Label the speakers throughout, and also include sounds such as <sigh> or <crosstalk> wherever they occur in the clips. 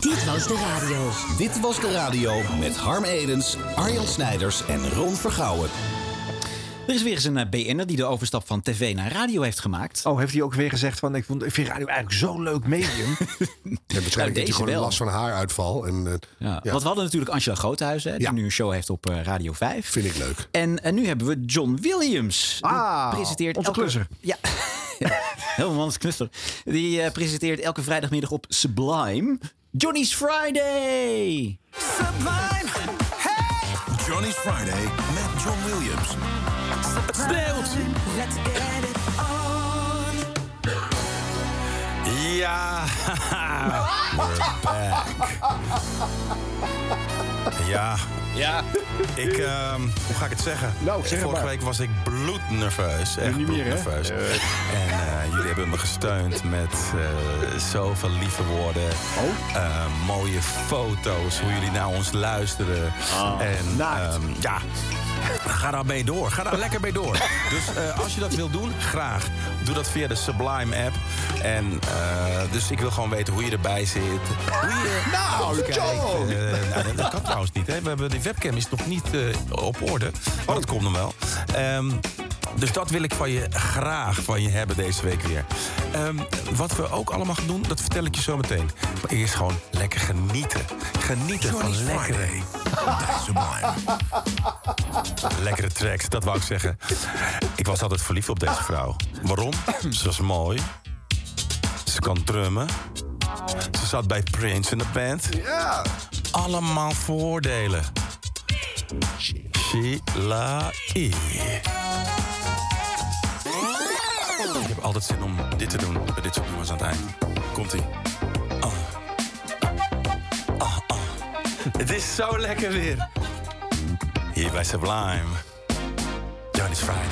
Speaker 1: Dit was de radio.
Speaker 2: Dit was de radio met Harm Edens, Arjan Snijders en Ron Vergouwen.
Speaker 3: Er is weer eens een eh, BN'er die de overstap van tv naar radio heeft gemaakt.
Speaker 4: Oh, heeft hij ook weer gezegd van ik vond ik vind radio eigenlijk zo'n leuk medium.
Speaker 5: Ja, waarschijnlijk heeft
Speaker 3: Nou, deze
Speaker 5: hij gewoon
Speaker 3: wel.
Speaker 5: last van haaruitval. En eh,
Speaker 3: Ja. Want we hadden natuurlijk Angela Groothuizen, hè, die
Speaker 5: Ja.
Speaker 3: nu een show heeft op eh, Radio 5.
Speaker 5: vind ik leuk.
Speaker 3: En, eh, nu hebben we John Williams. Die
Speaker 4: Ah,
Speaker 3: presenteert
Speaker 4: onze
Speaker 3: elke...
Speaker 4: klusser.
Speaker 3: Ja. <laughs> Helemaal anders knuster. Die eh, presenteert elke vrijdagmiddag op Sublime. Johnny's Friday!
Speaker 2: Johnny's Friday met John Williams.
Speaker 6: Ja. <laughs> ja.
Speaker 3: Ja.
Speaker 6: Ik, ehm, hoe ga ik het zeggen?
Speaker 4: Nou, zeg het
Speaker 6: Vorige
Speaker 4: maar.
Speaker 6: week was ik bloednerveus. Echt
Speaker 4: niet meer, hè?
Speaker 6: bloednerveus. En eh, jullie hebben me gesteund met eh, zoveel lieve woorden.
Speaker 4: Oh.
Speaker 6: Eh, mooie foto's, hoe jullie naar ons luisteren. en
Speaker 4: Ah, naakt.
Speaker 6: ehm, ja. Ga daar mee door. Ga daar <laughs> lekker mee door. Dus eh, als je dat wilt doen, graag. Doe dat via de Sublime app. En eh, dus ik wil gewoon weten hoe je erbij zit. Hoe je nou, kijkt. Eh, nou, dat kan trouwens niet. Hè. We hebben, die webcam is nog niet eh, op orde. Maar dat komt nog wel. Ehm, dus dat wil ik van je graag van je hebben deze week weer. Ehm, wat we ook allemaal gaan doen, dat vertel ik je zo meteen. Maar eerst gewoon lekker genieten. Genieten van lekkere <laughs> Lekkere tracks, dat wou ik zeggen. Ik was altijd verliefd op deze vrouw. Waarom? Ze was mooi. Ze kan drummen. Ze zat bij Prince in de band. Allemaal voordelen. Sheila E. Ik heb altijd zin om dit te doen bij dit soort nummers aan het eind. Komt-ie. Ah. Ah, ah. Het is zo lekker weer. Hier bij Sublime. Johnny's Friday.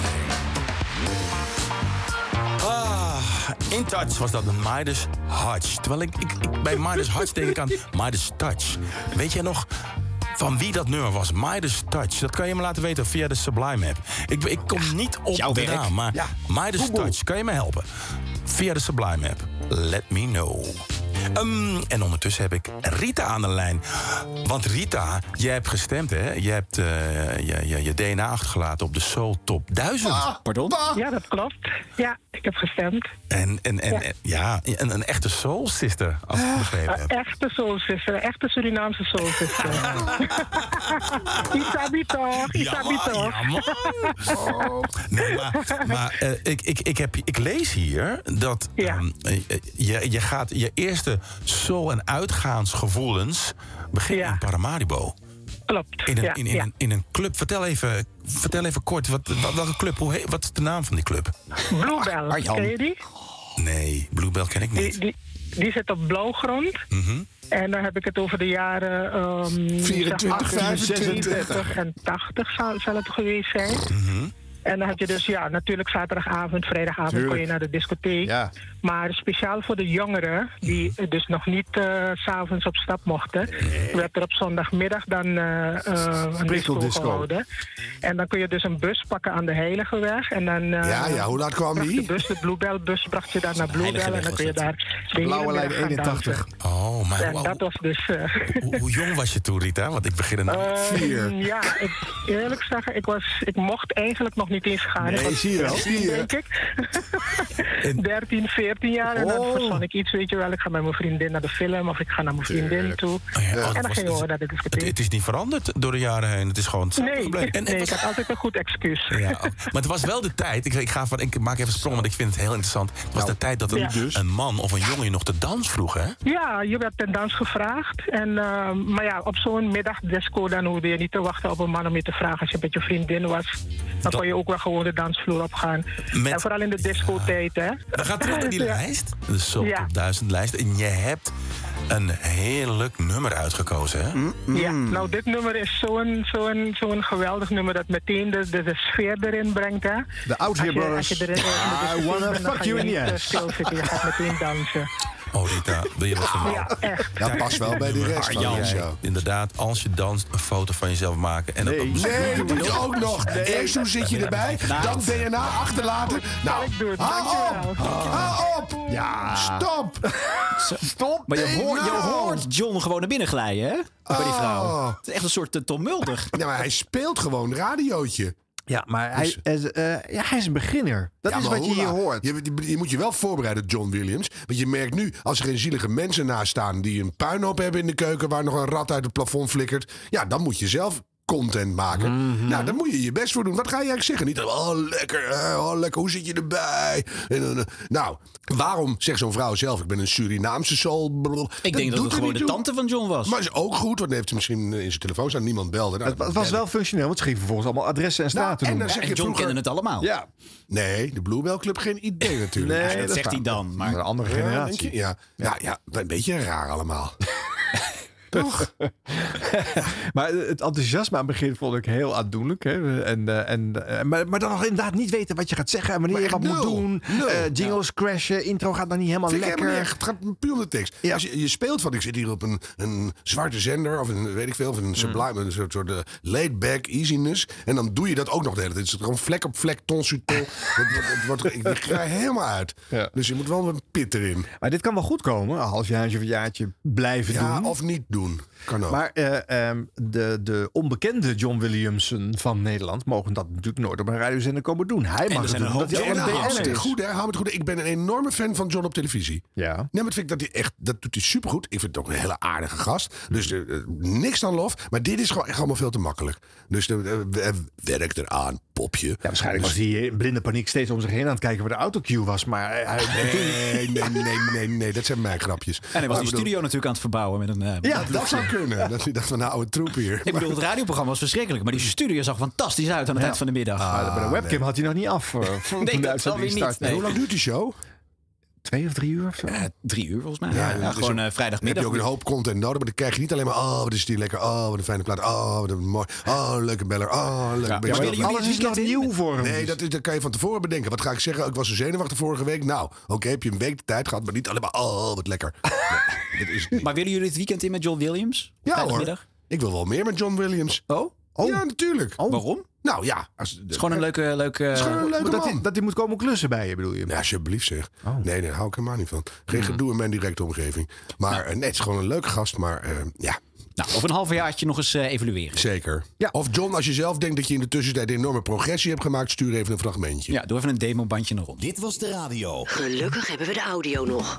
Speaker 6: Ah, in touch was dat een Midas Hutch. Terwijl ik, ik, ik bij Midas Hutch denk
Speaker 3: <laughs>
Speaker 6: ik aan Midas Touch. Weet jij nog van wie dat nummer was? Midas Touch. Dat kan je me laten weten via de Sublime app. Ik, ik kom niet op
Speaker 3: jouw
Speaker 6: de
Speaker 3: werk.
Speaker 6: naam, maar Midas Touch. Kan je me helpen? Via de Sublime app. Let me know. Ehm, en ondertussen heb ik Rita aan de lijn. Want Rita, jij hebt gestemd, hè? Je hebt eh, je, je, je DNA achtergelaten op de Soul Top 1000.
Speaker 3: Pardon?
Speaker 7: Ja, dat klopt. Ja, ik heb gestemd.
Speaker 6: En, en, en, en- ja, een, een echte soul sister, als
Speaker 7: Ah.
Speaker 6: ik het begrepen
Speaker 7: <laughs>
Speaker 6: heb.
Speaker 7: Echte soulsister, echte Surinaamse
Speaker 6: <laughs>
Speaker 7: soulsister. Isabi toch, Isabi
Speaker 6: man,
Speaker 7: toch.
Speaker 6: ja, man.
Speaker 7: Oh.
Speaker 6: Nee, maar, maar eh, ik, ik, ik, heb, ik lees hier dat
Speaker 7: Ja.
Speaker 6: ehm, eh, je, je, gaat, je eerste soul- en uitgaansgevoelens beginnen
Speaker 7: Ja.
Speaker 6: in Paramaribo.
Speaker 7: Klopt.
Speaker 6: In een,
Speaker 7: ja,
Speaker 6: in, in,
Speaker 7: ja.
Speaker 6: Een, in een club. Vertel even, vertel even kort, wat, wat- welke club? Hoe heet, wat is de naam van die club? Ah,
Speaker 7: Bluebell, ken je die?
Speaker 6: Nee, Bluebell ken ik
Speaker 7: Die,
Speaker 6: niet.
Speaker 7: die, die zit op blauwgrond.
Speaker 6: Mhm.
Speaker 7: En dan heb ik het over de jaren ehm
Speaker 4: 24,
Speaker 7: 36 en 80 zal, zal het geweest zijn.
Speaker 6: Mhm.
Speaker 7: En dan heb je dus, ja, natuurlijk zaterdagavond, vrijdagavond kon je naar de discotheek.
Speaker 4: Ja.
Speaker 7: Maar speciaal voor de jongeren, die eh, dus nog niet eh, s s'avonds op stap mochten, werd er op zondagmiddag dan eh, eh, een disco,
Speaker 4: Prikkeldisco.
Speaker 7: gehouden. En dan kun je dus een bus pakken aan de Heiligeweg. En dan, eh,
Speaker 5: <laughs> Ja,
Speaker 4: <laughs>
Speaker 5: ja, hoe laat kwam
Speaker 7: bracht de
Speaker 5: die?
Speaker 7: bus, de Bluebellbus, bracht je daar naar Bluebell. En
Speaker 3: Heiligeweg
Speaker 7: dan
Speaker 3: was
Speaker 7: kun je
Speaker 3: het.
Speaker 7: daar de hele
Speaker 4: Blauwe lijn
Speaker 7: middag gaan
Speaker 4: 81.
Speaker 7: dansen.
Speaker 6: Oh, maar
Speaker 7: En dat
Speaker 6: hoe,
Speaker 7: was dus... eh,
Speaker 6: hoe- hoe jong was je toen, Rita? Want ik begin er nou...
Speaker 4: Vier.
Speaker 7: Mm, Ja, ik, eerlijk zeggen, ik, was, ik mocht eigenlijk nog niet eens gaan. ik
Speaker 4: Nee,
Speaker 7: was
Speaker 4: zie je wel.
Speaker 7: 13,
Speaker 4: Zie je.
Speaker 7: denk
Speaker 6: <laughs>
Speaker 7: ik. 13, 14 jaar. En
Speaker 4: Oh.
Speaker 7: dan verzon ik iets, weet je wel. Ik ga met mijn vriendin naar de film of ik ga naar mijn vriendin toe.
Speaker 6: Oh ja, oh, dat
Speaker 7: En dan
Speaker 6: was-
Speaker 7: gingen we naar de
Speaker 6: Het,
Speaker 7: discotheek.
Speaker 6: het is niet veranderd door de jaren heen. Het is gewoon hetzelfde
Speaker 7: Nee,
Speaker 6: gebleven. En, en
Speaker 7: nee, ik
Speaker 6: was- <laughs>
Speaker 7: had altijd een goed excuus.
Speaker 6: ja, oh. maar het was wel de tijd. Ik, ik, ga van, ik maak even een sprong, want ik vind het heel interessant. Het was
Speaker 5: Nou,
Speaker 6: de tijd dat een,
Speaker 7: Ja.
Speaker 4: dus.
Speaker 6: een man of een jongen je nog te dans vroeg, hè?
Speaker 7: Ja, je werd ten dans gevraagd. En, ehm, maar ja, op zo'n middagdisco dan hoefde je niet te wachten op een man om je te vragen. Als je met je vriendin was, dan
Speaker 6: Dat-
Speaker 7: kon je ook wel gewoon de dansvloer opgaan.
Speaker 6: Met-
Speaker 7: En vooral in de discotijd, hè.
Speaker 6: We gaan terug naar die
Speaker 7: <laughs> Ja.
Speaker 6: lijst. De Soul
Speaker 7: Ja.
Speaker 6: Top 1000 lijst. En je hebt een heerlijk nummer uitgekozen, hè?
Speaker 5: Mm.
Speaker 7: Ja,
Speaker 4: Hmm.
Speaker 7: nou dit nummer is zo'n zo'n zo'n geweldig nummer dat meteen de, de, de sfeer erin brengt. Hè?
Speaker 4: De Out Here
Speaker 7: Als je-
Speaker 4: Brothers.
Speaker 7: als je erin- in de discotheek
Speaker 4: I wanna
Speaker 7: bent, dan
Speaker 4: fuck
Speaker 7: ga je
Speaker 4: you in
Speaker 7: niet,
Speaker 4: the
Speaker 7: eh,
Speaker 4: ass.
Speaker 7: stilzitten, je gaat meteen dansen.
Speaker 6: Oh, Rita, wil je wat van mij?
Speaker 7: Ja, echt.
Speaker 5: Dat past wel bij de rest van de
Speaker 6: Jij,
Speaker 5: show.
Speaker 6: Inderdaad, als je danst, een foto van jezelf maken. En dat op
Speaker 5: Nee, dat moet je ook nog. Eerst hoe zit
Speaker 6: <laughs>
Speaker 5: je erbij, dan DNA achterlaten. Nou,
Speaker 7: ik doe het.
Speaker 5: hou
Speaker 7: Dankjewel.
Speaker 5: op! Hou op! Ja. Stop! Stop!
Speaker 3: Maar je,
Speaker 5: Nee,
Speaker 3: hoort, je
Speaker 5: nou.
Speaker 3: hoort John gewoon naar binnen glijden, hè? Bij die vrouw.
Speaker 5: Oh.
Speaker 3: Het is echt een soort uh, Tom Mulder.
Speaker 5: Ja, maar hij speelt gewoon radiootje.
Speaker 4: Ja, maar hij,
Speaker 5: Dus-
Speaker 4: hij is, eh, ja, hij is een beginner. Dat
Speaker 5: Ja,
Speaker 4: is
Speaker 5: maar
Speaker 4: wat je
Speaker 5: hoe
Speaker 4: hier
Speaker 5: laat-
Speaker 4: hoort.
Speaker 5: Je, je- je moet je wel voorbereiden, John Williams. Want je merkt nu, als er geen zielige mensen naast staan... die een puinhoop hebben in de keuken... waar nog een rat uit het plafond flikkert... ja, dan moet je zelf content maken.
Speaker 3: Mhm.
Speaker 5: Nou, daar moet je je best voor doen. Wat ga je eigenlijk zeggen? Niet, oh, lekker, hè, oh, lekker, hoe zit je erbij? En, dan, eh, nou, waarom zegt zo'n vrouw zelf... ik ben een Surinaamse soul? blablabla.
Speaker 3: Ik denk dat het
Speaker 5: doet er
Speaker 3: gewoon
Speaker 5: niet
Speaker 3: de
Speaker 5: toe.
Speaker 3: tante van John was.
Speaker 5: Maar is ook goed, want dan heeft ze misschien in zijn telefoon staan. Niemand belde. Nou,
Speaker 4: Het, wa- het was
Speaker 5: ja,
Speaker 4: wel functioneel, want ze gingen vervolgens allemaal adressen en
Speaker 5: Nou,
Speaker 4: straten
Speaker 5: en dus-
Speaker 4: doen.
Speaker 5: dan zeg
Speaker 3: en
Speaker 5: je
Speaker 3: John
Speaker 5: vroeger-
Speaker 3: kende het allemaal.
Speaker 4: Ja,
Speaker 5: Nee, de Bluebell Club geen idee natuurlijk.
Speaker 4: nee,
Speaker 3: dat
Speaker 4: is
Speaker 3: zegt hij
Speaker 4: waar.
Speaker 3: dan, maar-
Speaker 4: Een andere
Speaker 5: Ja, denk
Speaker 4: generatie.
Speaker 5: je? Ja. Ja, ja, een beetje raar allemaal. Toch?
Speaker 4: Maar het enthousiasme aan het begin vond ik heel aandoenlijk. Hè? En, eh, en, eh, maar, maar dan nog inderdaad niet weten wat je gaat zeggen en wanneer
Speaker 5: Maar
Speaker 4: je wat moet
Speaker 5: echt nul.
Speaker 4: doen.
Speaker 5: Nul.
Speaker 4: Eh, jingles crashen, intro gaat dan niet helemaal
Speaker 5: Vind ik
Speaker 4: lekker.
Speaker 5: helemaal niet echt. Het gaat puur om de tekst.
Speaker 4: Ja.
Speaker 5: Als je, je speelt van, ik zit hier op een, een zwarte zender of een, weet ik veel, of een sublime, een soort, soort eh, laid-back easiness. En dan doe je dat ook nog de hele tijd. Het is gewoon vlek op vlek, ton sur <laughs> ton. Het wordt- het wordt- ik, ik ga er helemaal uit.
Speaker 4: Ja.
Speaker 5: Dus je moet wel een pit erin.
Speaker 4: Maar dit kan wel goed komen, een halfjaartje of een jaartje blijven
Speaker 5: Ja,
Speaker 4: doen.
Speaker 5: of niet doen. Kan
Speaker 3: Oh.
Speaker 5: ook.
Speaker 4: Maar eh, ehm, de, de onbekende John Williamson van Nederland mogen dat natuurlijk nooit op een radiozender komen doen. Hij mag
Speaker 3: er
Speaker 4: het
Speaker 3: zijn
Speaker 4: doen,
Speaker 3: een
Speaker 4: omdat
Speaker 3: hoop
Speaker 4: hij al
Speaker 5: en
Speaker 4: een
Speaker 5: hou
Speaker 4: BN'er
Speaker 5: het
Speaker 4: is.
Speaker 5: goed, hè? Hou het goed. Ik ben een enorme fan van John op televisie.
Speaker 4: Ja.
Speaker 5: Nee, maar ik vind dat hij echt, dat doet hij supergoed. Ik vind het ook een hele aardige gast. Dus
Speaker 3: Hmm.
Speaker 5: eh, eh, niks dan lof. Maar dit is gewoon echt allemaal veel te makkelijk. Dus eh, eh, werk eraan, popje. Dus- Ja,
Speaker 4: Waarschijnlijk was hij in blinde paniek steeds om zich heen aan het kijken waar de autocue was. Maar hij,
Speaker 5: Nee, nee, nee, nee, nee, dat zijn mijn grapjes.
Speaker 3: En hij was
Speaker 5: Maar
Speaker 3: die
Speaker 5: ik bedoel,
Speaker 3: studio natuurlijk aan het verbouwen met een... eh,
Speaker 4: Ja,
Speaker 5: Dat zou kunnen. Dat hij dacht van, nou, een troep hier.
Speaker 3: Ik bedoel, het radioprogramma was verschrikkelijk, maar die studio zag fantastisch uit aan het eind van de middag.
Speaker 5: Ah,
Speaker 4: Maar bij de webcam had hij nog niet
Speaker 3: <laughs>
Speaker 4: af. eh, voor
Speaker 3: Ah, Nee,
Speaker 4: toen de
Speaker 3: dat zal weer
Speaker 4: uitzending
Speaker 3: niet,
Speaker 4: startte.
Speaker 5: En
Speaker 3: nee.
Speaker 5: hoe lang duurt die show?
Speaker 4: Twee of drie uur of zo.
Speaker 3: Eh, drie uur volgens mij.
Speaker 5: Ja,
Speaker 3: Ja,
Speaker 5: ja, dus
Speaker 3: gewoon
Speaker 5: je-
Speaker 3: eh,
Speaker 5: Dan heb
Speaker 3: vrijdagmiddag.
Speaker 5: je ook een hoop content nodig, maar dan krijg je niet alleen maar... oh, wat is die lekker, oh, wat een fijne plaat, oh, wat een mooi... oh, een leuke beller, oh, een leuke...
Speaker 3: Ja,
Speaker 5: beller.
Speaker 3: maar willen jullie
Speaker 4: Alles
Speaker 3: het
Speaker 4: is nog
Speaker 3: weekend in?
Speaker 4: nieuw voor hem.
Speaker 5: Nee, dat, is, dat kan je van tevoren bedenken. Wat ga ik zeggen? Ik was zo zenuwachtig vorige week. Nou, oké, heb je een week de tijd gehad, maar niet alleen maar... Oh, wat lekker. Nee, dat is het niet.
Speaker 3: Maar willen jullie het weekend in met John Williams?
Speaker 5: Ja hoor,
Speaker 3: Vrijdagmiddag?
Speaker 5: ik wil wel meer met John Williams.
Speaker 3: Oh,
Speaker 5: Ja, natuurlijk.
Speaker 3: waarom? Het
Speaker 5: Nou ja, als, het
Speaker 3: is gewoon een leuke... leuke
Speaker 5: is gewoon een leuke
Speaker 4: dat,
Speaker 5: man.
Speaker 4: hij, dat hij moet komen klussen bij je, bedoel je?
Speaker 5: Ja, alsjeblieft zeg. Nee, daar hou ik helemaal niet van. Geen gedoe in mijn directe omgeving. Maar eh, nee, het is gewoon een leuke gast, maar eh, ja,
Speaker 3: Nou, over een halfjaartje nog eens eh, evalueren.
Speaker 5: zeker.
Speaker 4: Ja.
Speaker 5: Of John, als je zelf denkt dat je in de tussentijd een enorme progressie hebt gemaakt, stuur even een fragmentje.
Speaker 3: Ja, doe even een demobandje naar rond.
Speaker 2: Dit was de radio.
Speaker 1: Gelukkig hebben we de audio nog.